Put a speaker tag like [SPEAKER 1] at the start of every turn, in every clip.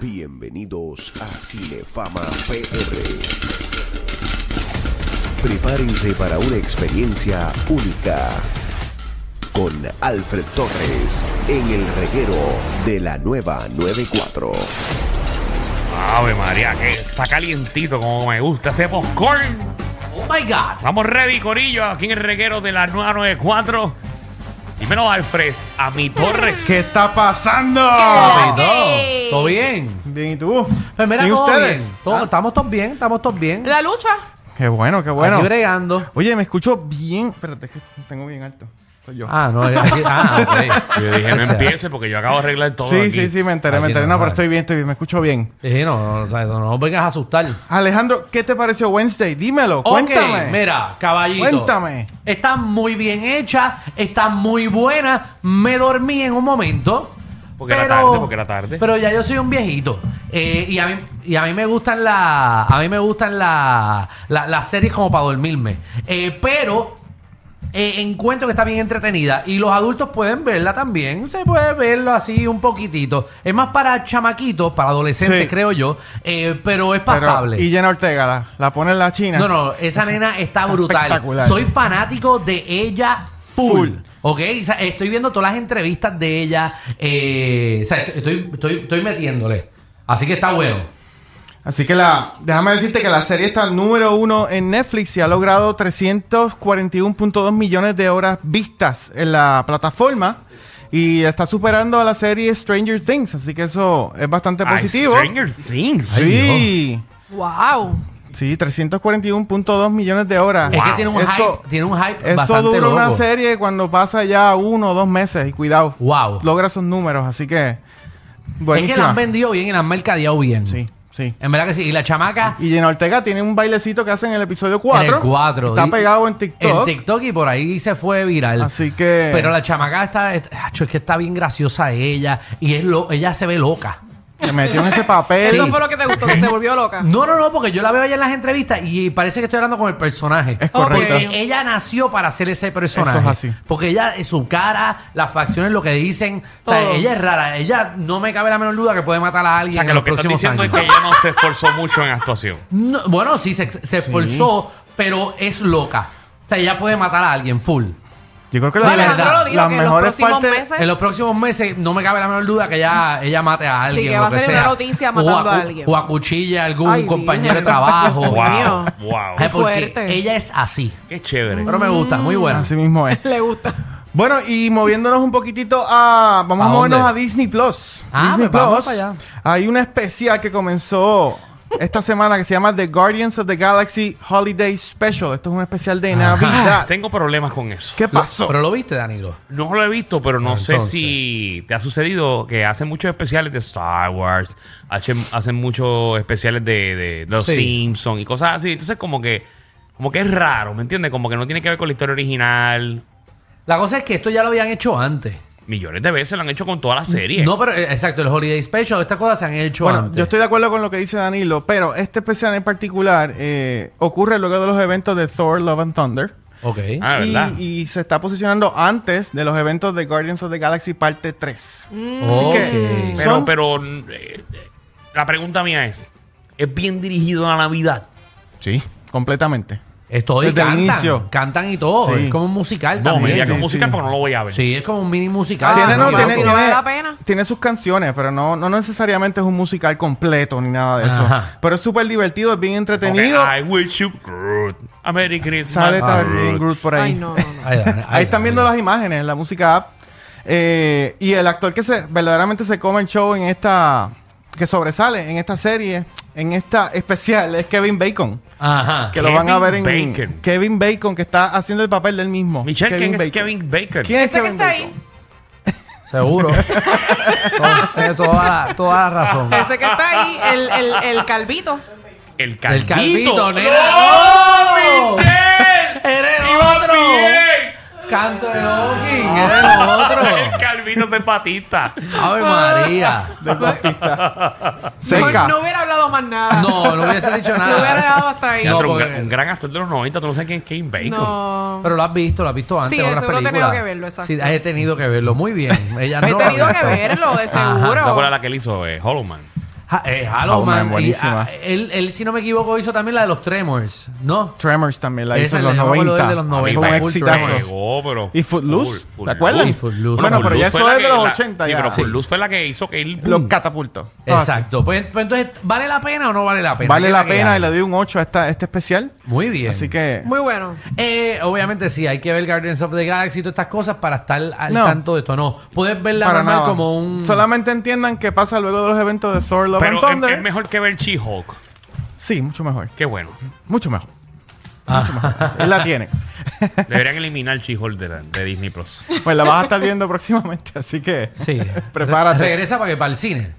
[SPEAKER 1] Bienvenidos a Cinefama PR. Prepárense para una experiencia única con Alfred Torres en el reguero de la nueva 94.
[SPEAKER 2] Ave María, que está calientito como me gusta ese popcorn.
[SPEAKER 3] Oh my God.
[SPEAKER 2] Vamos ready, Corillo, aquí en el reguero de la 994. Dímelo, Alfred, a mi Torres.
[SPEAKER 4] ¿Qué está pasando?
[SPEAKER 3] Papito, ¿todo bien?
[SPEAKER 4] Bien, ¿y tú?
[SPEAKER 3] Pues mira,
[SPEAKER 4] ¿Y
[SPEAKER 3] todo
[SPEAKER 4] ustedes?
[SPEAKER 3] bien. Todo-
[SPEAKER 4] Ah,
[SPEAKER 3] Estamos todos bien, estamos todos bien.
[SPEAKER 5] La lucha.
[SPEAKER 4] qué bueno, qué bueno.
[SPEAKER 3] Bueno. Aquí bregando.
[SPEAKER 4] Oye, me escucho bien. Espérate, que tengo bien alto. Soy yo.
[SPEAKER 3] Ah, no. ya- ah, ok.
[SPEAKER 2] Yo dije,
[SPEAKER 3] O
[SPEAKER 2] no
[SPEAKER 3] sea,
[SPEAKER 2] empiece porque yo acabo de arreglar todo.
[SPEAKER 4] sí,
[SPEAKER 2] aquí.
[SPEAKER 4] sí, sí, me enteré,
[SPEAKER 3] Aquí
[SPEAKER 4] me enteré.
[SPEAKER 3] no,
[SPEAKER 4] No, pero
[SPEAKER 3] vale.
[SPEAKER 4] estoy bien, estoy bien, me escucho bien.
[SPEAKER 3] Sí, no, no, o sea, no, no vengas a asustar.
[SPEAKER 4] Alejandro, ¿qué te pareció Wednesday? Dímelo, cuéntame.
[SPEAKER 3] Ok, mira, caballito.
[SPEAKER 4] Cuéntame.
[SPEAKER 3] Está muy bien hecha, está muy buena. Me dormí en un momento.
[SPEAKER 2] Porque era tarde, porque era tarde.
[SPEAKER 3] Pero ya yo soy un viejito. Eh, y, a mí, y a mí me gustan la, a mí me gustan la, la- las series como para dormirme. Eh, pero eh, encuentro que está bien entretenida. Y los adultos pueden verla también. Se puede verlo así un poquitito. Es más para chamaquitos, para adolescentes,
[SPEAKER 4] Sí.
[SPEAKER 3] creo yo. Eh, pero es
[SPEAKER 4] Pero-
[SPEAKER 3] pasable.
[SPEAKER 4] y Jenna Ortega, la, la pone en la China.
[SPEAKER 3] No, no, esa nena está brutal.
[SPEAKER 4] espectacular.
[SPEAKER 3] Soy fanático de ella full.
[SPEAKER 4] Full.
[SPEAKER 3] Ok, O sea, estoy viendo todas las entrevistas de ella. eh, o sea, estoy, estoy- estoy metiéndole. Así que está bueno.
[SPEAKER 4] Así que la, déjame decirte que la serie está número uno en Netflix y ha logrado 341.2 millones de horas vistas en la plataforma. Y está superando a la serie Stranger Things, así que eso es bastante
[SPEAKER 2] Ay,
[SPEAKER 4] positivo.
[SPEAKER 2] Stranger Things.
[SPEAKER 4] Sí,
[SPEAKER 5] Wow.
[SPEAKER 4] sí, 341.2 millones de horas.
[SPEAKER 3] Es que
[SPEAKER 2] Wow.
[SPEAKER 3] tiene un
[SPEAKER 4] Eso-
[SPEAKER 3] hype. Tiene un hype
[SPEAKER 4] Eso
[SPEAKER 3] bastante
[SPEAKER 4] dura
[SPEAKER 3] loco.
[SPEAKER 4] una serie cuando pasa ya uno o dos meses y cuidado.
[SPEAKER 3] Wow.
[SPEAKER 4] Logra esos números, así que
[SPEAKER 3] Es que la
[SPEAKER 4] buenísima.
[SPEAKER 3] han vendido bien y la han mercadeado bien.
[SPEAKER 4] sí, sí.
[SPEAKER 3] En verdad que sí. Y la chamaca
[SPEAKER 4] Y Jenna Ortega tiene un bailecito que hace en el episodio 4.
[SPEAKER 3] en el 4.
[SPEAKER 4] Está pegado en TikTok.
[SPEAKER 3] En TikTok y por ahí se fue viral.
[SPEAKER 4] Así que-
[SPEAKER 3] Pero la chamaca está. está- acho, es que está bien graciosa ella. Y es lo, ella se ve loca.
[SPEAKER 4] Se metió en ese papel.
[SPEAKER 5] Eso fue lo que te gustó, que se volvió loca.
[SPEAKER 3] No, no, no, porque yo la veo allá en las entrevistas y parece que estoy hablando con el personaje.
[SPEAKER 4] Es correcto.
[SPEAKER 3] Porque ella nació para ser ese personaje.
[SPEAKER 4] Eso es así.
[SPEAKER 3] Porque ella, eh, su cara, las facciones, lo que dicen. O sea,
[SPEAKER 5] Todo.
[SPEAKER 3] ella es rara. Ella no me cabe la menor duda que puede matar a
[SPEAKER 2] O
[SPEAKER 3] alguien
[SPEAKER 2] sea, que
[SPEAKER 3] en
[SPEAKER 2] lo
[SPEAKER 3] los
[SPEAKER 2] que estás
[SPEAKER 3] próximos
[SPEAKER 2] diciendo
[SPEAKER 3] años.
[SPEAKER 2] es que ella no se esforzó mucho en actuación.
[SPEAKER 3] No, bueno, sí, se, se esforzó, pero es loca. O sea, ella puede matar a alguien full.
[SPEAKER 4] Yo creo que
[SPEAKER 3] No,
[SPEAKER 4] la,
[SPEAKER 3] Alejandro
[SPEAKER 4] la-
[SPEAKER 5] lo dijo,
[SPEAKER 4] las
[SPEAKER 5] que en los
[SPEAKER 4] mejores
[SPEAKER 5] próximos
[SPEAKER 4] partes.
[SPEAKER 5] meses-
[SPEAKER 3] En los próximos meses no me cabe la menor duda que ella, ella mate a alguien.
[SPEAKER 5] que
[SPEAKER 3] o
[SPEAKER 5] va a
[SPEAKER 3] que
[SPEAKER 5] salir una
[SPEAKER 3] sea.
[SPEAKER 5] noticia
[SPEAKER 3] O
[SPEAKER 5] matando a
[SPEAKER 3] acu-
[SPEAKER 5] alguien.
[SPEAKER 3] O acuchilla a algún
[SPEAKER 5] Ay,
[SPEAKER 3] compañero de
[SPEAKER 5] Dios.
[SPEAKER 3] trabajo.
[SPEAKER 5] Dios
[SPEAKER 2] Wow,
[SPEAKER 5] mío.
[SPEAKER 2] wow.
[SPEAKER 3] Ay, porque
[SPEAKER 5] fuerte.
[SPEAKER 3] Ella es así.
[SPEAKER 2] Qué chévere.
[SPEAKER 3] Pero me gusta, muy buena.
[SPEAKER 4] Así mismo es.
[SPEAKER 5] Le gusta.
[SPEAKER 4] Bueno, y moviéndonos un poquitito a. Vamos
[SPEAKER 3] ¿A
[SPEAKER 4] a movernos
[SPEAKER 3] dónde?
[SPEAKER 4] a Disney Plus.
[SPEAKER 3] Ah,
[SPEAKER 4] Disney
[SPEAKER 3] pues vamos para allá.
[SPEAKER 4] Hay una especial que comenzó esta semana que se llama The Guardians of the Galaxy Holiday Special. Esto es un especial de Navidad.
[SPEAKER 2] Tengo problemas con eso.
[SPEAKER 4] ¿Qué pasó?
[SPEAKER 3] Pero lo viste, Danilo.
[SPEAKER 2] No lo he visto, pero no
[SPEAKER 3] Ah,
[SPEAKER 2] sé
[SPEAKER 3] entonces.
[SPEAKER 2] si te ha sucedido que hacen muchos especiales de Star Wars, hacen, hacen muchos especiales de, de Los
[SPEAKER 3] Sí.
[SPEAKER 2] Simpsons y cosas así. Entonces, como que, como que es raro, ¿me entiendes? Como que no tiene que ver con la historia original.
[SPEAKER 3] La cosa es que esto ya lo habían hecho antes.
[SPEAKER 2] Millones de veces lo han hecho con toda la serie.
[SPEAKER 3] No, pero eh, exacto, el Holiday Special, estas cosas se han hecho
[SPEAKER 4] Bueno,
[SPEAKER 3] antes.
[SPEAKER 4] yo estoy de acuerdo con lo que dice Danilo, pero este especial en particular eh, ocurre luego de los eventos de Thor, Love and Thunder.
[SPEAKER 3] Ok.
[SPEAKER 2] Ah,
[SPEAKER 4] y,
[SPEAKER 2] ¿verdad?
[SPEAKER 4] y se está posicionando antes de los eventos de Guardians of the Galaxy parte 3.
[SPEAKER 3] Ok.
[SPEAKER 4] que-
[SPEAKER 2] pero,
[SPEAKER 4] son-
[SPEAKER 2] pero eh, eh, la pregunta mía es, ¿es bien dirigido a Navidad?
[SPEAKER 4] Sí. Completamente.
[SPEAKER 3] Estoy
[SPEAKER 4] Desde el
[SPEAKER 3] cantan,
[SPEAKER 4] inicio.
[SPEAKER 3] Cantan y todo.
[SPEAKER 4] Sí.
[SPEAKER 3] Es como un musical
[SPEAKER 2] No, me
[SPEAKER 3] también.
[SPEAKER 2] diría que
[SPEAKER 4] sí,
[SPEAKER 2] música
[SPEAKER 4] sí.
[SPEAKER 2] porque no lo voy a ver.
[SPEAKER 3] Sí, es como un mini musical.
[SPEAKER 4] tiene,
[SPEAKER 3] si
[SPEAKER 4] no,
[SPEAKER 3] me
[SPEAKER 4] tiene,
[SPEAKER 5] si
[SPEAKER 3] equivoco.
[SPEAKER 5] Ah, no vale
[SPEAKER 4] tiene-
[SPEAKER 5] la pena.
[SPEAKER 4] tiene sus canciones, pero no, no necesariamente es un musical completo ni nada de eso.
[SPEAKER 3] Ajá.
[SPEAKER 4] Pero es súper divertido, es bien
[SPEAKER 2] Como que,
[SPEAKER 4] entretenido.
[SPEAKER 2] I wish you good. A Merry Christmas.
[SPEAKER 4] Sale
[SPEAKER 2] Groot.
[SPEAKER 4] también Groot por ahí.
[SPEAKER 5] Ay, no, no, no.
[SPEAKER 3] Ahí, Dani, ahí,
[SPEAKER 4] Ahí están
[SPEAKER 3] Dani.
[SPEAKER 4] viendo las imágenes, la música app. Eh, y el actor que se verdaderamente se come el show en esta. que sobresale en esta serie, en esta especial, es Kevin Bacon.
[SPEAKER 3] Ajá.
[SPEAKER 4] Que lo van a ver en.
[SPEAKER 2] Kevin Bacon.
[SPEAKER 4] Kevin Bacon, que está haciendo el papel del mismo.
[SPEAKER 2] Michelle, ¿quién es Kevin Baker?
[SPEAKER 4] ¿Quién es
[SPEAKER 5] Ese que
[SPEAKER 4] Kevin
[SPEAKER 5] está
[SPEAKER 4] Bacon?
[SPEAKER 5] ahí.
[SPEAKER 3] Seguro. Todo- tiene toda la, toda la razón.
[SPEAKER 5] Ese que está ahí, el, el, el calvito.
[SPEAKER 2] El calvito. ¡Oh,
[SPEAKER 3] El calvito, nena.
[SPEAKER 2] ¡No,
[SPEAKER 3] ¡No!
[SPEAKER 2] Michelle!
[SPEAKER 3] ¡Eres
[SPEAKER 2] ¡Iba
[SPEAKER 3] otro!
[SPEAKER 2] bien!
[SPEAKER 3] canto de Hawking, es el
[SPEAKER 2] El
[SPEAKER 3] otro.
[SPEAKER 2] Calvino es patita.
[SPEAKER 3] Ave
[SPEAKER 4] Ah.
[SPEAKER 3] María.
[SPEAKER 4] Seca.
[SPEAKER 5] No, no hubiera hablado más nada.
[SPEAKER 3] No, no hubiese dicho
[SPEAKER 5] No hubiera
[SPEAKER 3] nada.
[SPEAKER 5] dejado hasta ahí.
[SPEAKER 3] No,
[SPEAKER 2] Teatro, un,
[SPEAKER 3] porque-
[SPEAKER 2] gra- un gran actor de los 90, tú no sabes quién es Kane Bacon.
[SPEAKER 5] No.
[SPEAKER 3] Pero lo has visto, lo has visto antes
[SPEAKER 5] Sí,
[SPEAKER 3] en otras
[SPEAKER 5] seguro he
[SPEAKER 3] películas.
[SPEAKER 5] tenido que verlo, exacto.
[SPEAKER 3] Sí, he tenido que verlo. Muy bien. Ella
[SPEAKER 5] He
[SPEAKER 3] no lo ha
[SPEAKER 5] tenido que
[SPEAKER 3] visto.
[SPEAKER 5] verlo, de
[SPEAKER 3] Ajá.
[SPEAKER 2] ¿Te acuerdas
[SPEAKER 5] seguro.
[SPEAKER 2] la que él hizo? Eh, Hollow Man.
[SPEAKER 3] Ja- eh, Hello,
[SPEAKER 4] Oh, man,
[SPEAKER 3] man. Y,
[SPEAKER 4] buenísima.
[SPEAKER 3] ah, él, él, si no me equivoco, hizo también la de los Tremors, ¿no?
[SPEAKER 4] Tremors también la hizo
[SPEAKER 3] Esa
[SPEAKER 4] en
[SPEAKER 3] es
[SPEAKER 4] los
[SPEAKER 3] la- yo me acuerdo
[SPEAKER 4] 90.
[SPEAKER 3] de los
[SPEAKER 4] Fue
[SPEAKER 3] 90,
[SPEAKER 4] un
[SPEAKER 3] full
[SPEAKER 4] exitazo.
[SPEAKER 3] Tremors.
[SPEAKER 2] Llegó, pero.
[SPEAKER 4] Y Footloose,
[SPEAKER 2] Full-
[SPEAKER 4] ¿te acuerdas?
[SPEAKER 2] Footloose.
[SPEAKER 3] Y Footloose.
[SPEAKER 4] Bueno, pero ya
[SPEAKER 2] Footloose fue
[SPEAKER 4] eso es
[SPEAKER 2] la
[SPEAKER 4] de los
[SPEAKER 2] que- la-
[SPEAKER 4] 80
[SPEAKER 2] Sí,
[SPEAKER 4] ya.
[SPEAKER 2] pero
[SPEAKER 4] Sí.
[SPEAKER 2] Footloose fue la que hizo que él.
[SPEAKER 4] Los catapultos. Ah,
[SPEAKER 3] Exacto. Pues, pues entonces, ¿vale la pena o no vale la
[SPEAKER 4] sí.
[SPEAKER 3] pena?
[SPEAKER 4] Vale
[SPEAKER 3] ¿Qué
[SPEAKER 4] la
[SPEAKER 3] es que
[SPEAKER 4] pena
[SPEAKER 3] hay?
[SPEAKER 4] y le doy un 8 a, esta, a este especial.
[SPEAKER 3] Muy bien.
[SPEAKER 4] Así que...
[SPEAKER 5] Muy bueno.
[SPEAKER 3] Eh, obviamente sí, hay que ver Guardians of the Galaxy y todas estas cosas para estar al
[SPEAKER 4] No.
[SPEAKER 3] tanto de esto. No, puedes verla
[SPEAKER 4] Para
[SPEAKER 3] normal
[SPEAKER 4] nada.
[SPEAKER 3] como un...
[SPEAKER 4] Solamente entiendan qué pasa luego de los eventos de Thor, Love and
[SPEAKER 2] Pero es-
[SPEAKER 4] Thunder.
[SPEAKER 2] es mejor que ver She-Hulk.
[SPEAKER 4] Sí, mucho mejor.
[SPEAKER 2] Qué bueno.
[SPEAKER 4] Mucho mejor.
[SPEAKER 3] Ah.
[SPEAKER 4] Mucho mejor. Él la tiene.
[SPEAKER 2] Deberían eliminar She-Hulk de, la- de Disney Plus.
[SPEAKER 4] Pues la vas a estar viendo próximamente, así que
[SPEAKER 3] Sí. Re-
[SPEAKER 4] prepárate.
[SPEAKER 3] Regresa para que para el cine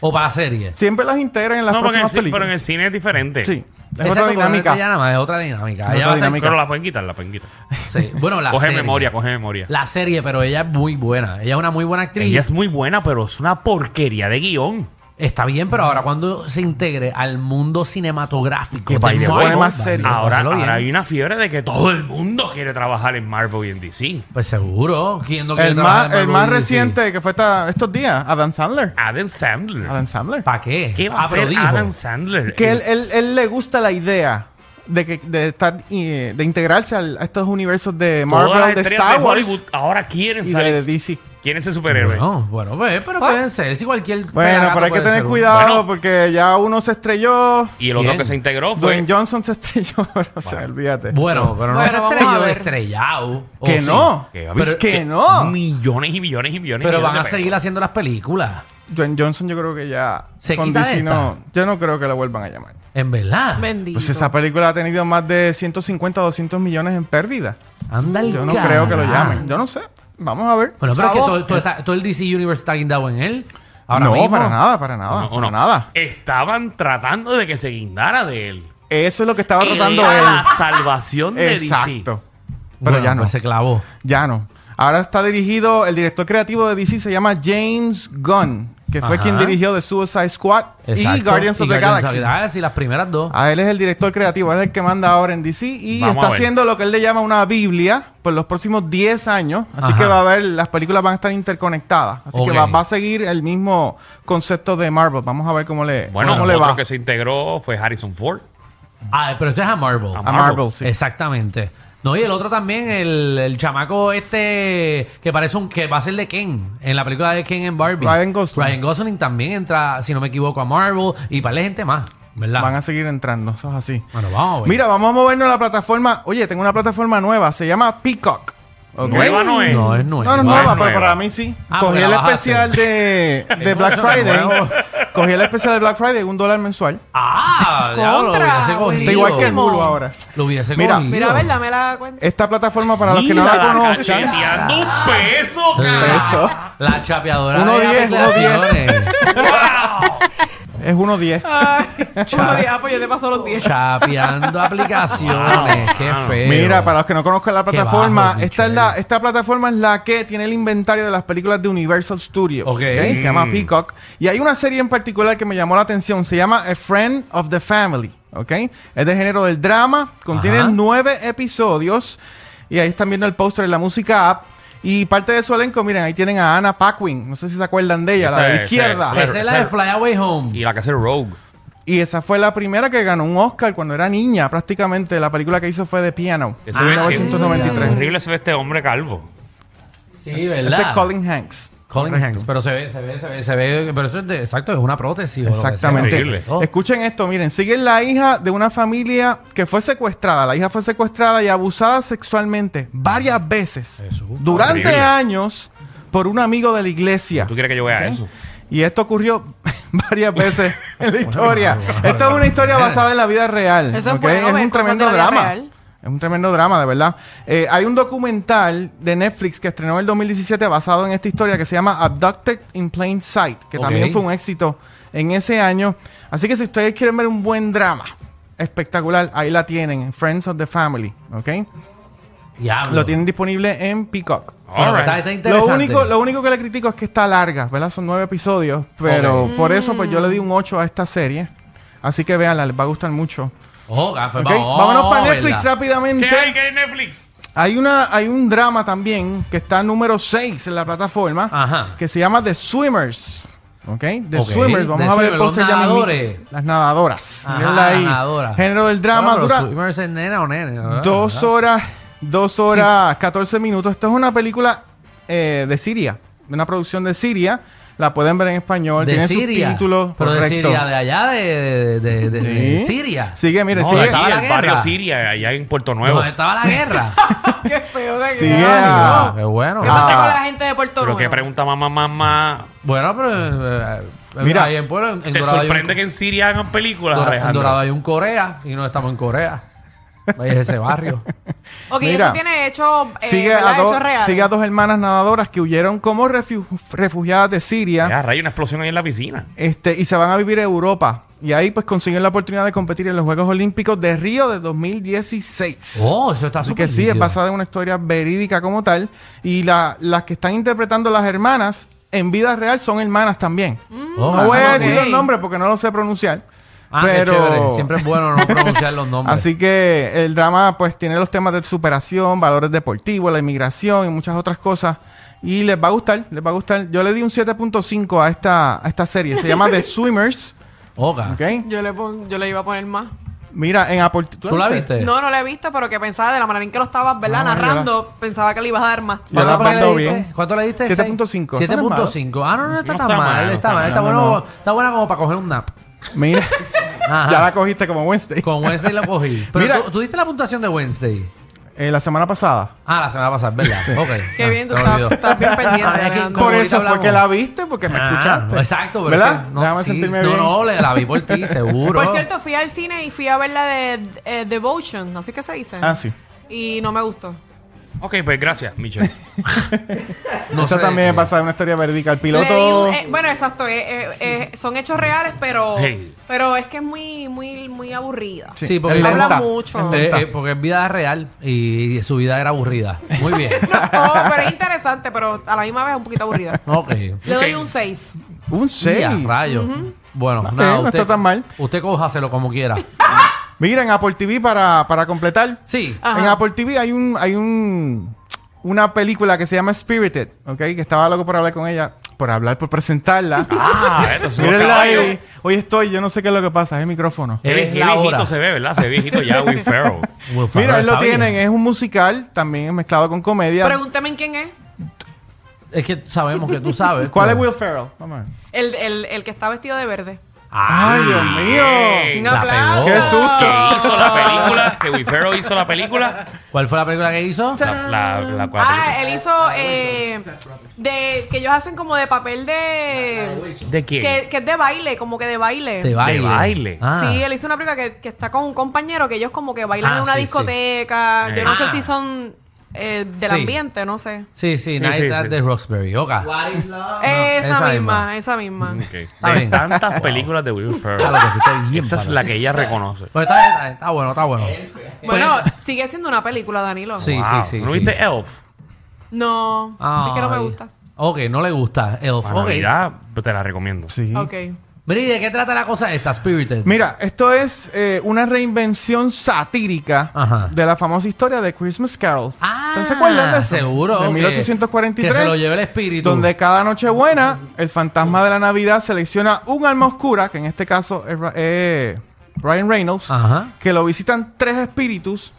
[SPEAKER 3] o para la serie.
[SPEAKER 4] Siempre las integran en las
[SPEAKER 2] no, porque en el
[SPEAKER 4] próximas
[SPEAKER 2] ci- pero en este. el
[SPEAKER 4] películas.
[SPEAKER 2] cine es diferente.
[SPEAKER 4] Sí, es
[SPEAKER 3] Exacto,
[SPEAKER 4] otra
[SPEAKER 3] porque
[SPEAKER 4] dinámica.
[SPEAKER 3] ya nada más, es otra dinámica.
[SPEAKER 4] Es otra
[SPEAKER 3] Ella va a estar-
[SPEAKER 4] dinámica.
[SPEAKER 2] Pero la pueden quitar, la pueden quitar.
[SPEAKER 3] sí. Bueno, la
[SPEAKER 2] coge
[SPEAKER 3] serie.
[SPEAKER 2] memoria, coge memoria.
[SPEAKER 3] La serie, pero ella es muy buena. Ella es una muy buena actriz.
[SPEAKER 2] Ella es muy buena, pero es una porquería de guión.
[SPEAKER 3] Está bien, pero ahora cuando se integre al mundo cinematográfico,
[SPEAKER 2] Que
[SPEAKER 3] de
[SPEAKER 2] by the
[SPEAKER 3] Marvel,
[SPEAKER 2] way,
[SPEAKER 4] más serio.
[SPEAKER 3] vale,
[SPEAKER 2] Ahora,
[SPEAKER 3] pásalo bien.
[SPEAKER 2] ahora hay una fiebre de que todo el mundo quiere trabajar en Marvel y en DC.
[SPEAKER 3] Pues seguro. ¿Quién no quiere
[SPEAKER 4] El
[SPEAKER 3] trabajar
[SPEAKER 4] más,
[SPEAKER 3] en
[SPEAKER 4] el más
[SPEAKER 3] Marvel y DC?
[SPEAKER 4] reciente que fue esta- estos días, Adam Sandler.
[SPEAKER 2] Adam Sandler.
[SPEAKER 4] Adam Sandler.
[SPEAKER 3] ¿Para qué?
[SPEAKER 2] ¿Qué va a
[SPEAKER 3] Ah, pero
[SPEAKER 2] hacer
[SPEAKER 3] dijo.
[SPEAKER 2] Adam Sandler?
[SPEAKER 4] Que
[SPEAKER 2] Eh,
[SPEAKER 4] él, él- él le gusta la idea de que de estar eh, de integrarse al- a estos universos de
[SPEAKER 2] todas las
[SPEAKER 4] Marvel, de
[SPEAKER 2] estrellas
[SPEAKER 4] Star Wars
[SPEAKER 2] Hollywood ahora quieren
[SPEAKER 4] y
[SPEAKER 2] salir.
[SPEAKER 4] de DC.
[SPEAKER 2] ¿Quién es el superhéroe?
[SPEAKER 3] Bueno, bueno, pues, pero
[SPEAKER 5] Ah.
[SPEAKER 3] pueden ser. Si cualquier
[SPEAKER 4] Bueno,
[SPEAKER 3] pelagato
[SPEAKER 4] pero hay que
[SPEAKER 3] puede ser
[SPEAKER 4] tener
[SPEAKER 3] uno.
[SPEAKER 4] cuidado
[SPEAKER 2] Bueno.
[SPEAKER 4] porque ya uno se estrelló,
[SPEAKER 2] Y el otro
[SPEAKER 3] ¿Quién?
[SPEAKER 2] que se integró fue.
[SPEAKER 4] Dwayne Johnson se estrelló, o sea, olvídate.
[SPEAKER 3] Bueno, pero no
[SPEAKER 5] Bueno,
[SPEAKER 3] se
[SPEAKER 5] vamos a
[SPEAKER 3] estrelló
[SPEAKER 5] ver.
[SPEAKER 3] estrellado. ¿o
[SPEAKER 4] que
[SPEAKER 3] sí?
[SPEAKER 4] no,
[SPEAKER 2] Que,
[SPEAKER 4] pero-
[SPEAKER 2] que-
[SPEAKER 4] que no.
[SPEAKER 2] Millones y millones y millones. y
[SPEAKER 3] Pero
[SPEAKER 2] millones
[SPEAKER 3] van a
[SPEAKER 2] de
[SPEAKER 3] seguir
[SPEAKER 2] pesos.
[SPEAKER 3] haciendo las películas.
[SPEAKER 4] Dwayne Johnson yo creo que ya
[SPEAKER 3] ¿Se
[SPEAKER 4] con
[SPEAKER 3] quita
[SPEAKER 4] DC
[SPEAKER 3] esta?
[SPEAKER 4] no, yo no creo que la vuelvan a llamar.
[SPEAKER 3] En verdad.
[SPEAKER 5] Bendito.
[SPEAKER 4] Pues esa película ha tenido más de 150 200 millones en pérdida.
[SPEAKER 3] Anda el
[SPEAKER 4] Yo no
[SPEAKER 3] carajo.
[SPEAKER 4] creo que lo llamen. Yo no sé. Vamos a ver.
[SPEAKER 3] Bueno, pero es que
[SPEAKER 5] Chavo. eh.
[SPEAKER 3] todo, todo está- todo el DC Universe está guindado en él. Ahora
[SPEAKER 4] no,
[SPEAKER 3] mismo.
[SPEAKER 4] para nada, para nada,
[SPEAKER 2] No, no.
[SPEAKER 4] para nada.
[SPEAKER 2] Estaban tratando de que se guindara de él.
[SPEAKER 4] Eso es lo que estaba
[SPEAKER 3] Eh,
[SPEAKER 4] tratando
[SPEAKER 2] Era
[SPEAKER 3] ah,
[SPEAKER 2] la
[SPEAKER 4] él.
[SPEAKER 2] salvación de DC.
[SPEAKER 4] Exacto. Pero
[SPEAKER 3] Bueno,
[SPEAKER 4] ya no,
[SPEAKER 3] pues se clavó.
[SPEAKER 4] ya no. Ahora está dirigido, el director creativo de DC se llama James Gunn, que fue
[SPEAKER 3] Ajá.
[SPEAKER 4] quien dirigió The Suicide Squad y
[SPEAKER 3] Exacto.
[SPEAKER 4] Guardians of the
[SPEAKER 3] Guardians
[SPEAKER 4] Galaxy. Ah.
[SPEAKER 3] Galaxy, las primeras dos.
[SPEAKER 4] A él es el director creativo, él es el que manda ahora en DC y
[SPEAKER 2] Vamos a
[SPEAKER 4] está
[SPEAKER 2] ver.
[SPEAKER 4] haciendo lo que él le llama una Biblia por los próximos 10 años. Así
[SPEAKER 3] Ajá.
[SPEAKER 4] que va a haber, las películas van a estar interconectadas. Así
[SPEAKER 3] Ok.
[SPEAKER 4] que va, va a seguir el mismo concepto de Marvel. Vamos a ver cómo le,
[SPEAKER 2] Bueno,
[SPEAKER 4] cómo le
[SPEAKER 2] otro
[SPEAKER 4] va
[SPEAKER 2] que se integró fue Harrison Ford.
[SPEAKER 3] Ah, pero esto es a Marvel.
[SPEAKER 2] A
[SPEAKER 4] a Marvel. sí.
[SPEAKER 3] Exactamente. No, y el otro también, el, el chamaco este que parece un que va a ser de Ken, en la película de Ken en Barbie.
[SPEAKER 4] Ryan Gosling.
[SPEAKER 3] Ryan Gosling también entra, si no me equivoco, a Marvel y para la gente más, ¿verdad?
[SPEAKER 4] Van a seguir entrando, eso es así.
[SPEAKER 3] Bueno, vamos a ver.
[SPEAKER 4] Mira, vamos a movernos a la plataforma. Oye, tengo una plataforma nueva, se llama Peacock. ¿ok?
[SPEAKER 2] Nueva no es.
[SPEAKER 3] No, es
[SPEAKER 4] No, no es
[SPEAKER 3] nuevo.
[SPEAKER 2] No es
[SPEAKER 4] nueva, pero
[SPEAKER 2] nueva.
[SPEAKER 4] para mí sí.
[SPEAKER 3] Ah,
[SPEAKER 4] cogí
[SPEAKER 3] porque
[SPEAKER 4] el
[SPEAKER 3] la bajaste.
[SPEAKER 4] especial de, de Black
[SPEAKER 3] Eso es
[SPEAKER 4] Friday.
[SPEAKER 3] nuevo.
[SPEAKER 4] cogí el especial de Black Friday, un dólar mensual.
[SPEAKER 3] Ah, diablo, lo
[SPEAKER 5] Contra,
[SPEAKER 3] hubiese cogido.
[SPEAKER 4] Está igual que el
[SPEAKER 5] Buenísimo.
[SPEAKER 4] Hulu ahora.
[SPEAKER 3] Lo hubiese
[SPEAKER 4] Mira.
[SPEAKER 3] cogido.
[SPEAKER 5] Mira, a ver, dame la cuenta.
[SPEAKER 4] Esta plataforma, para los que no
[SPEAKER 2] Mira,
[SPEAKER 4] la conocen, Ah.
[SPEAKER 2] cacheteando un peso, cara.
[SPEAKER 4] Eso.
[SPEAKER 3] Ah. La chapeadora
[SPEAKER 4] Uno
[SPEAKER 3] de
[SPEAKER 4] diez, uno diez.
[SPEAKER 3] aplicaciones.
[SPEAKER 4] es 1.10.
[SPEAKER 5] Ay, uno diez. Ah, pues yo te paso los 10.
[SPEAKER 3] Chapeando aplicaciones. Qué feo.
[SPEAKER 4] Mira, para los que no conozcan la
[SPEAKER 3] Qué
[SPEAKER 4] plataforma,
[SPEAKER 3] bajo,
[SPEAKER 4] esta, es
[SPEAKER 3] bicho,
[SPEAKER 4] la,
[SPEAKER 3] eh.
[SPEAKER 4] esta plataforma es la que tiene el inventario de las películas de Universal Studios.
[SPEAKER 3] Ok. Mm.
[SPEAKER 4] ¿ok? Se llama Peacock. Y hay una serie en particular que me llamó la atención. Se llama A Friend of the Family. ¿ok? Es de género del drama. Contiene
[SPEAKER 3] Ajá.
[SPEAKER 4] nueve episodios. Y ahí están viendo el póster de la música app. Y parte de su elenco, miren, ahí tienen a Anna Paquin. No sé si se acuerdan de ella, la
[SPEAKER 2] Esa
[SPEAKER 4] de la
[SPEAKER 2] es,
[SPEAKER 4] izquierda.
[SPEAKER 2] esa
[SPEAKER 3] Esa es la de Fly Away Home.
[SPEAKER 2] Y la que hace
[SPEAKER 3] Ah,
[SPEAKER 2] Rogue.
[SPEAKER 4] Y esa fue la primera que ganó un Oscar cuando era niña, prácticamente. La película que hizo fue The Piano,
[SPEAKER 2] Que
[SPEAKER 4] en
[SPEAKER 2] se ve- Qué
[SPEAKER 4] 1993.
[SPEAKER 2] horrible se ve este hombre calvo.
[SPEAKER 3] Sí,
[SPEAKER 4] Ese es
[SPEAKER 3] ¿verdad?
[SPEAKER 4] Colin Hanks.
[SPEAKER 3] Colin
[SPEAKER 4] Correcto.
[SPEAKER 3] Hanks, pero se ve, se ve, se ve, se ve, pero eso es de- exacto, es una prótesis. o lo que sea.
[SPEAKER 4] Exactamente.
[SPEAKER 2] Horrible.
[SPEAKER 3] Oh.
[SPEAKER 4] Escuchen esto, miren, sigue la hija de una familia que fue secuestrada. La hija fue secuestrada y abusada sexualmente varias veces durante
[SPEAKER 2] Horrible.
[SPEAKER 4] años por un amigo de la iglesia.
[SPEAKER 2] ¿Tú quieres que yo vea eso?
[SPEAKER 4] Y esto ocurrió varias veces en la historia.
[SPEAKER 3] bueno, bueno.
[SPEAKER 4] Esto es una historia basada en la vida real.
[SPEAKER 5] Eso es
[SPEAKER 4] ¿ok?
[SPEAKER 5] bueno,
[SPEAKER 4] es
[SPEAKER 5] ver
[SPEAKER 4] un
[SPEAKER 5] cosas
[SPEAKER 4] tremendo
[SPEAKER 5] de la vida
[SPEAKER 4] drama.
[SPEAKER 5] real.
[SPEAKER 4] Es un tremendo drama, de verdad. Eh, hay un documental de Netflix que estrenó en el 2017 basado en esta historia que se llama Abducted in Plain Sight, que
[SPEAKER 3] Ok.
[SPEAKER 4] también fue un éxito en ese año. Así que si ustedes quieren ver un buen drama espectacular, ahí la tienen, Friends of the Family, ¿ok?
[SPEAKER 3] Diablo.
[SPEAKER 4] Lo tienen disponible en Peacock.
[SPEAKER 3] Bueno,
[SPEAKER 2] Alright.
[SPEAKER 3] pues está, está
[SPEAKER 4] Lo
[SPEAKER 3] interesante.
[SPEAKER 4] único, lo único que le critico es que está larga, ¿verdad? Son nueve episodios. Pero por eso, pues yo le di un 8 a esta serie. Así que véanla, les va a gustar mucho.
[SPEAKER 3] Oh, ah, pues
[SPEAKER 4] Ok,
[SPEAKER 3] vamos,
[SPEAKER 4] Vámonos para Netflix
[SPEAKER 3] ¿verdad?
[SPEAKER 4] rápidamente.
[SPEAKER 2] ¿Qué hay que hay en Netflix?
[SPEAKER 4] Hay, una, hay un drama también que está número 6 en la plataforma
[SPEAKER 3] Ajá.
[SPEAKER 4] que se llama The Swimmers. ¿Ok? The
[SPEAKER 3] Ok,
[SPEAKER 4] Swimmers. Vamos
[SPEAKER 3] The
[SPEAKER 4] a ver
[SPEAKER 3] Swimmers,
[SPEAKER 4] el
[SPEAKER 3] los
[SPEAKER 4] póster ya mismito.
[SPEAKER 3] nadadores.
[SPEAKER 4] Las nadadoras.
[SPEAKER 3] Ajá,
[SPEAKER 4] Mírenla ahí.
[SPEAKER 3] nadadora.
[SPEAKER 4] Género del drama
[SPEAKER 3] Bueno, pero
[SPEAKER 4] dura
[SPEAKER 3] subimos ese nena o nene. ¿verdad?
[SPEAKER 4] dos horas, dos horas, 14 minutos. Esto es una película eh, de Siria, de una producción de Siria. La pueden ver en español.
[SPEAKER 3] De
[SPEAKER 4] tiene
[SPEAKER 3] Siria.
[SPEAKER 4] subtítulos.
[SPEAKER 3] Pero de
[SPEAKER 4] correcto.
[SPEAKER 3] Siria, de allá, de, de, de- de- de
[SPEAKER 4] Sí.
[SPEAKER 3] Siria.
[SPEAKER 4] Sigue, mire,
[SPEAKER 2] No,
[SPEAKER 4] sigue.
[SPEAKER 2] aquí,
[SPEAKER 3] Estaba la
[SPEAKER 2] el barrio
[SPEAKER 3] guerra.
[SPEAKER 2] Siria, allá en Puerto Nuevo.
[SPEAKER 3] Donde estaba la guerra.
[SPEAKER 5] Qué feo la
[SPEAKER 4] Sí,
[SPEAKER 5] que
[SPEAKER 4] eh.
[SPEAKER 3] Ah,
[SPEAKER 4] Ah.
[SPEAKER 3] qué bueno.
[SPEAKER 5] ¿Qué pasa
[SPEAKER 4] Ah.
[SPEAKER 5] con la gente de Puerto
[SPEAKER 2] Pero
[SPEAKER 5] Rico?
[SPEAKER 2] qué pregunta más, más, más, más.
[SPEAKER 3] Bueno, pero. eh, eh,
[SPEAKER 4] Mira,
[SPEAKER 3] ahí en Pueblo, en, en
[SPEAKER 2] ¿Te
[SPEAKER 3] Dorado hay un-
[SPEAKER 2] sorprende que en Siria hagan películas,
[SPEAKER 3] Dora- en Dorado
[SPEAKER 2] Alejandro?
[SPEAKER 3] hay un Corea y no estamos en Corea. Vaya ese barrio.
[SPEAKER 5] Ok,
[SPEAKER 4] Mira.
[SPEAKER 5] eso tiene hecho, eh,
[SPEAKER 4] Sigue a,
[SPEAKER 5] ¿verdad?
[SPEAKER 4] dos,
[SPEAKER 5] Hechos reales.
[SPEAKER 4] sigue a dos hermanas nadadoras que huyeron como refu- refugiadas de Siria
[SPEAKER 2] Ya, rayo, una explosión ahí en la piscina.
[SPEAKER 4] este, y se van a vivir a Europa. Y ahí pues consiguen la oportunidad de competir en los Juegos Olímpicos de Río de 2016.
[SPEAKER 3] Oh, eso está
[SPEAKER 4] Así
[SPEAKER 3] súper
[SPEAKER 4] que sí, es
[SPEAKER 3] nítido.
[SPEAKER 4] basada en una historia verídica como tal. Y la- las que están interpretando las hermanas en vida real son hermanas también.
[SPEAKER 3] Oh,
[SPEAKER 4] no voy a
[SPEAKER 3] caramba,
[SPEAKER 4] decir
[SPEAKER 3] ok.
[SPEAKER 4] los nombres porque no lo sé pronunciar.
[SPEAKER 3] Ah, qué
[SPEAKER 4] pero
[SPEAKER 3] chévere. Siempre es bueno no pronunciar los nombres.
[SPEAKER 4] así que el drama pues tiene los temas de superación, valores deportivos, la inmigración y muchas otras cosas. Y les va a gustar, les va a gustar. Yo le di un 7.5 a esta, a esta serie. Se llama The Swimmers.
[SPEAKER 3] Oga.
[SPEAKER 4] ¿ok?
[SPEAKER 5] Yo le, pon- yo le iba a poner más.
[SPEAKER 4] Mira, en Apple.
[SPEAKER 3] ¿Tú la viste?
[SPEAKER 5] No, no la he visto, pero que pensaba de la manera en que lo estabas, ¿verdad?
[SPEAKER 4] Ah,
[SPEAKER 5] Narrando, pensaba que le ibas a dar más.
[SPEAKER 4] Yo la
[SPEAKER 3] ¿Cuánto le
[SPEAKER 4] mando
[SPEAKER 3] diste?
[SPEAKER 4] bien.
[SPEAKER 3] ¿Cuánto le diste?
[SPEAKER 4] 7.5.
[SPEAKER 3] 7.5. Ah, no, no está
[SPEAKER 2] No está mal,
[SPEAKER 3] tan mal. está
[SPEAKER 2] no
[SPEAKER 3] mal. Está,
[SPEAKER 4] está mal.
[SPEAKER 3] bueno,
[SPEAKER 4] No,
[SPEAKER 3] está buena como para coger un nap.
[SPEAKER 4] Mira,
[SPEAKER 3] Ajá.
[SPEAKER 4] ya la cogiste como Wednesday.
[SPEAKER 3] Con Wednesday la cogí. Pero
[SPEAKER 4] Mira-
[SPEAKER 3] tú, tú diste la puntuación de Wednesday.
[SPEAKER 4] Eh, la semana pasada.
[SPEAKER 3] Ah, la semana pasada, ¿verdad? Ok.
[SPEAKER 5] Qué
[SPEAKER 3] Ah,
[SPEAKER 5] bien, tú
[SPEAKER 3] se me
[SPEAKER 5] estás,
[SPEAKER 3] olvidó.
[SPEAKER 5] tú estás bien pendiente.
[SPEAKER 3] Ah, es que
[SPEAKER 5] Alejandro.
[SPEAKER 4] Por
[SPEAKER 3] ahorita
[SPEAKER 4] eso fue
[SPEAKER 3] hablamos.
[SPEAKER 4] que la viste, porque me
[SPEAKER 3] Ah,
[SPEAKER 4] escuchaste.
[SPEAKER 3] Exacto, pero
[SPEAKER 4] ¿verdad?
[SPEAKER 3] es que no,
[SPEAKER 4] Déjame
[SPEAKER 3] sí,
[SPEAKER 4] sentirme
[SPEAKER 3] no,
[SPEAKER 4] bien.
[SPEAKER 3] no, le- la vi por ti, seguro.
[SPEAKER 5] Por cierto, fui al cine y fui a ver la de eh, Devotion, así que se dice.
[SPEAKER 4] Ah, sí.
[SPEAKER 5] Y no me gustó.
[SPEAKER 2] Ok, pues gracias, Michelle.
[SPEAKER 3] No
[SPEAKER 4] Esa
[SPEAKER 3] sé.
[SPEAKER 4] también pasa de una historia verídica. El
[SPEAKER 5] Le di
[SPEAKER 4] piloto.
[SPEAKER 5] un- eh, bueno, exacto. eh, eh, eh, son hechos reales, pero,
[SPEAKER 2] Hey.
[SPEAKER 5] pero es que es muy, muy, muy aburrida.
[SPEAKER 3] Sí, porque
[SPEAKER 4] es
[SPEAKER 5] habla
[SPEAKER 4] lenta.
[SPEAKER 5] mucho.
[SPEAKER 4] Es
[SPEAKER 3] Eh,
[SPEAKER 4] lenta.
[SPEAKER 3] eh, porque es vida real y su vida era aburrida. Muy bien.
[SPEAKER 5] No, pero es interesante, pero a la misma vez es un poquito aburrida.
[SPEAKER 3] ok.
[SPEAKER 5] Le doy
[SPEAKER 2] Ok.
[SPEAKER 5] un 6.
[SPEAKER 4] un
[SPEAKER 3] Ya,
[SPEAKER 4] 6.
[SPEAKER 3] rayos. Bueno,
[SPEAKER 4] Está
[SPEAKER 3] nada,
[SPEAKER 4] bien, no
[SPEAKER 3] usted-
[SPEAKER 4] está tan mal.
[SPEAKER 3] Usted cójaselo como quiera.
[SPEAKER 4] Mira, en Apple TV para, para completar.
[SPEAKER 3] Sí.
[SPEAKER 5] Ajá.
[SPEAKER 4] En Apple TV hay un, hay un una película que se llama Spirited, ¿ok? Que estaba loco por hablar con ella. Por hablar, por presentarla.
[SPEAKER 2] ah, esto es un
[SPEAKER 4] Mírenla
[SPEAKER 2] caballo.
[SPEAKER 4] ahí. Hoy estoy, yo no sé qué es lo que pasa, es el micrófono.
[SPEAKER 2] Qué vie-
[SPEAKER 3] Es
[SPEAKER 2] qué
[SPEAKER 3] la
[SPEAKER 2] viejito
[SPEAKER 3] hora.
[SPEAKER 2] se ve, ¿verdad? Se ve viejito ya, Will Ferrell.
[SPEAKER 3] Will Ferrell
[SPEAKER 4] Mira, ahí lo
[SPEAKER 3] está bien.
[SPEAKER 4] tienen, es un musical, también mezclado con comedia.
[SPEAKER 5] Pregúntame en quién es.
[SPEAKER 3] Es que sabemos que tú sabes.
[SPEAKER 4] ¿Cuál es
[SPEAKER 3] pero-
[SPEAKER 4] Will Ferrell? Vamos a ver.
[SPEAKER 5] El, el, el que está vestido de verde.
[SPEAKER 4] ¡Ay, Dios mío!
[SPEAKER 2] Ey,
[SPEAKER 5] Un
[SPEAKER 3] la
[SPEAKER 5] aplauso.
[SPEAKER 3] pegó.
[SPEAKER 4] ¡Qué susto!
[SPEAKER 6] Ah.
[SPEAKER 2] Que hizo la película, que Will Ferrell hizo la película.
[SPEAKER 3] ¿Cuál fue la película que hizo?
[SPEAKER 2] La, la, la cual
[SPEAKER 5] Ah, él hizo eh, de que ellos hacen como de papel de
[SPEAKER 6] Ah,
[SPEAKER 2] película. ¿De quién?
[SPEAKER 5] que, que es de baile, como que de baile.
[SPEAKER 3] De baile.
[SPEAKER 2] baile.
[SPEAKER 3] Ah.
[SPEAKER 5] Sí, él hizo una película que, que está con un compañero que ellos como que bailan
[SPEAKER 3] Ah,
[SPEAKER 5] en una
[SPEAKER 3] sí,
[SPEAKER 5] discoteca.
[SPEAKER 2] sí.
[SPEAKER 5] Yo no
[SPEAKER 3] Ah.
[SPEAKER 5] sé si son eh, del
[SPEAKER 3] Sí.
[SPEAKER 5] ambiente, no sé.
[SPEAKER 3] Sí, sí,
[SPEAKER 2] Sí,
[SPEAKER 3] Night
[SPEAKER 2] sí,
[SPEAKER 3] at
[SPEAKER 2] sí.
[SPEAKER 3] the Roxbury. Ok.
[SPEAKER 5] esa,
[SPEAKER 3] Ah. esa
[SPEAKER 5] misma,
[SPEAKER 3] misma.
[SPEAKER 5] esa misma.
[SPEAKER 2] Ok.
[SPEAKER 3] Está
[SPEAKER 2] De
[SPEAKER 3] bien.
[SPEAKER 2] tantas películas de Will Ferrell.
[SPEAKER 3] Ah, lo que fuiste bien
[SPEAKER 2] Esa es
[SPEAKER 3] para
[SPEAKER 2] la
[SPEAKER 3] ti.
[SPEAKER 2] que ella reconoce.
[SPEAKER 3] Pero Pues está, bien, está, bien, está bueno, está bueno. Pues
[SPEAKER 5] Bueno, sigue siendo una película, Danilo.
[SPEAKER 3] Sí,
[SPEAKER 2] Wow.
[SPEAKER 3] sí, sí.
[SPEAKER 2] ¿No
[SPEAKER 3] sí.
[SPEAKER 2] viste Elf?
[SPEAKER 5] No, es que no me
[SPEAKER 3] Ay.
[SPEAKER 5] gusta.
[SPEAKER 3] Ok, no le gusta. Elf.
[SPEAKER 2] Para
[SPEAKER 3] ok.
[SPEAKER 2] Navidad, pues, te la recomiendo.
[SPEAKER 4] Sí.
[SPEAKER 5] Ok.
[SPEAKER 3] Mira, ¿y de qué trata la cosa esta? Spirited.
[SPEAKER 4] Mira, esto es eh, una reinvención satírica
[SPEAKER 3] Ajá.
[SPEAKER 4] de la famosa historia de Christmas Carol.
[SPEAKER 3] Ah,
[SPEAKER 4] ¿Ustedes ¿Se acuerdan de eso?
[SPEAKER 3] seguro.
[SPEAKER 4] De
[SPEAKER 3] que-
[SPEAKER 4] 1843.
[SPEAKER 3] Que se lo lleve el espíritu.
[SPEAKER 4] Donde cada Nochebuena el fantasma de la Navidad selecciona un alma oscura, que en este caso es Ra- eh, Ryan Reynolds,
[SPEAKER 3] Ajá.
[SPEAKER 4] que lo visitan tres espíritus,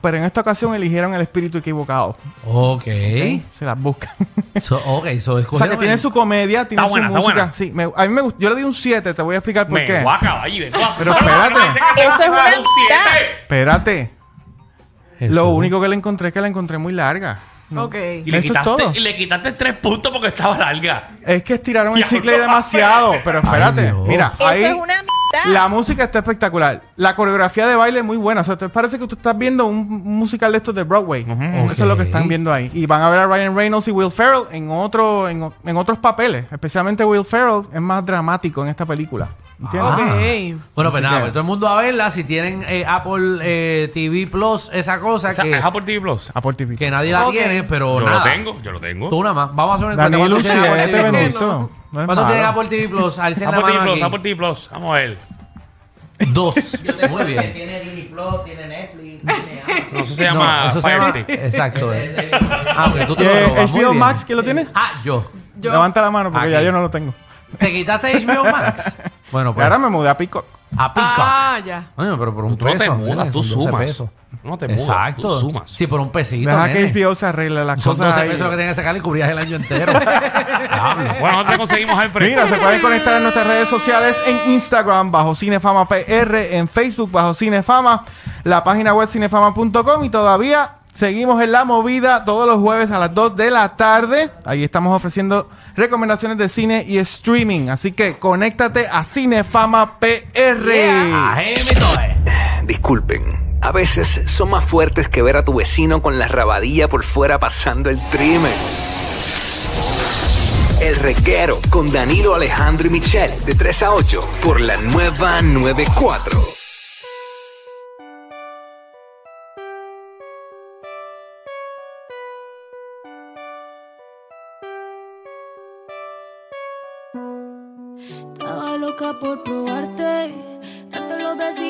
[SPEAKER 4] pero en esta ocasión eligieron el espíritu equivocado.
[SPEAKER 3] Ok. ¿Eh?
[SPEAKER 4] Se las buscan.
[SPEAKER 3] So, ok, so
[SPEAKER 4] o sea,
[SPEAKER 3] escogieron
[SPEAKER 4] que tiene
[SPEAKER 3] el-
[SPEAKER 4] su comedia, tiene
[SPEAKER 2] Está
[SPEAKER 4] su
[SPEAKER 2] buena, está
[SPEAKER 4] música.
[SPEAKER 2] buena.
[SPEAKER 4] Sí, me- a mí me gustó. Yo le di un 7, te voy a explicar por
[SPEAKER 2] Me
[SPEAKER 4] qué.
[SPEAKER 2] voy a caballo, ven, tú a-
[SPEAKER 4] Pero espérate.
[SPEAKER 6] Eso es una
[SPEAKER 2] Un siete.
[SPEAKER 4] Espérate.
[SPEAKER 3] Jesús.
[SPEAKER 4] Lo único que le encontré es que la encontré muy larga.
[SPEAKER 5] Ok.
[SPEAKER 2] Y le,
[SPEAKER 4] Eso es
[SPEAKER 2] quitaste,
[SPEAKER 4] todo.
[SPEAKER 2] y le quitaste tres puntos porque estaba larga.
[SPEAKER 4] Es que estiraron el
[SPEAKER 2] Ya,
[SPEAKER 4] chicle
[SPEAKER 2] no.
[SPEAKER 4] demasiado. Pero espérate,
[SPEAKER 3] Dios.
[SPEAKER 4] mira,
[SPEAKER 6] Eso
[SPEAKER 4] ahí
[SPEAKER 6] es una mierda.
[SPEAKER 4] la música está espectacular. La coreografía de baile es muy buena. O sea, te parece que tú estás viendo un un musical de estos de Broadway. Eso
[SPEAKER 3] Ujú.
[SPEAKER 4] es lo que
[SPEAKER 3] Ok.
[SPEAKER 4] están viendo ahí. Y van a ver a Ryan Reynolds y Will Ferrell en, otro, en, o- en otros papeles. Especialmente Will Ferrell es más dramático en esta película.
[SPEAKER 3] Ah.
[SPEAKER 4] ¿Entiendes?
[SPEAKER 5] Ok.
[SPEAKER 3] Bueno, pues
[SPEAKER 4] Así
[SPEAKER 3] nada,
[SPEAKER 4] que-
[SPEAKER 3] pues todo el mundo a verla. Si tienen eh, Apple eh, TV Plus, esa cosa
[SPEAKER 2] O sea,
[SPEAKER 3] que,
[SPEAKER 2] es Apple TV Plus.
[SPEAKER 4] Apple TV.
[SPEAKER 3] que nadie la
[SPEAKER 5] Ok.
[SPEAKER 3] tiene, pero
[SPEAKER 2] Yo lo
[SPEAKER 3] nada.
[SPEAKER 2] tengo, yo lo tengo.
[SPEAKER 3] Tú nada más. Vamos a hacer un encuesta.
[SPEAKER 4] Daniel
[SPEAKER 3] ¿Cuánto tiene
[SPEAKER 4] Lucia,
[SPEAKER 3] Apple
[SPEAKER 4] ya te
[SPEAKER 3] TV Plus?
[SPEAKER 4] bendito.
[SPEAKER 5] No.
[SPEAKER 4] No es
[SPEAKER 3] ¿Cuánto
[SPEAKER 4] malo.
[SPEAKER 3] tiene Apple TV Plus? Alcen la
[SPEAKER 2] Apple TV
[SPEAKER 3] mano
[SPEAKER 2] Plus,
[SPEAKER 3] aquí.
[SPEAKER 2] Apple TV Plus. Vamos a ver.
[SPEAKER 3] Dos.
[SPEAKER 6] Yo tengo
[SPEAKER 3] Muy
[SPEAKER 6] el que
[SPEAKER 3] bien.
[SPEAKER 6] tiene Disney Plus, tiene Netflix, tiene Amazon.
[SPEAKER 2] No, eso se llama
[SPEAKER 3] No, eso se
[SPEAKER 2] Fire
[SPEAKER 3] llama-
[SPEAKER 2] Stick.
[SPEAKER 3] Exacto.
[SPEAKER 6] Ese es
[SPEAKER 3] eh.
[SPEAKER 6] el de-
[SPEAKER 3] Ah, que tú te lo
[SPEAKER 4] Eh,
[SPEAKER 3] robas, muy
[SPEAKER 4] HBO
[SPEAKER 3] bien.
[SPEAKER 4] Max, ¿quién lo tiene?
[SPEAKER 3] Ah, yo.
[SPEAKER 5] Yo-
[SPEAKER 4] Levanta la mano porque
[SPEAKER 3] Aquí.
[SPEAKER 4] ya yo no lo tengo.
[SPEAKER 3] ¿Te quitaste HBO Max? Bueno, pues.
[SPEAKER 4] Ahora me mudé a Pico.
[SPEAKER 3] A Peacock.
[SPEAKER 5] Ah, ya.
[SPEAKER 3] Coño, pero por un
[SPEAKER 2] Tú no
[SPEAKER 3] peso.
[SPEAKER 2] te
[SPEAKER 3] mira,
[SPEAKER 2] mudas, tú
[SPEAKER 3] son 12
[SPEAKER 2] sumas.
[SPEAKER 3] pesos.
[SPEAKER 2] No te mudas,
[SPEAKER 3] Exacto.
[SPEAKER 2] tú sumas.
[SPEAKER 3] Sí, por un pesito.
[SPEAKER 4] Deja que
[SPEAKER 3] nene.
[SPEAKER 4] HBO se arregle las
[SPEAKER 3] Son
[SPEAKER 4] cosas.
[SPEAKER 3] 12
[SPEAKER 4] ahí.
[SPEAKER 3] pesos lo que tenías que sacar y cubrías el año entero. Diablo.
[SPEAKER 2] Bueno, nosotros conseguimos Alfred.
[SPEAKER 4] Mira, se pueden conectar en nuestras redes sociales en Instagram bajo Cinefama PR, en Facebook bajo Cinefama, la página web cinefama.com y todavía seguimos en la movida todos los jueves a las 2 de la tarde. Ahí estamos ofreciendo recomendaciones de cine y streaming, así que conéctate a Cinefama PR.
[SPEAKER 3] Ajeme todo, eh.
[SPEAKER 7] Disculpen, a veces son más fuertes que ver a tu vecino con la rabadilla por fuera pasando el trimen. El reguero con Danilo Alejandro y Michel de 3 a 8 por la nueva 94.
[SPEAKER 8] Estaba loca por probarte, darte los besitos. oh,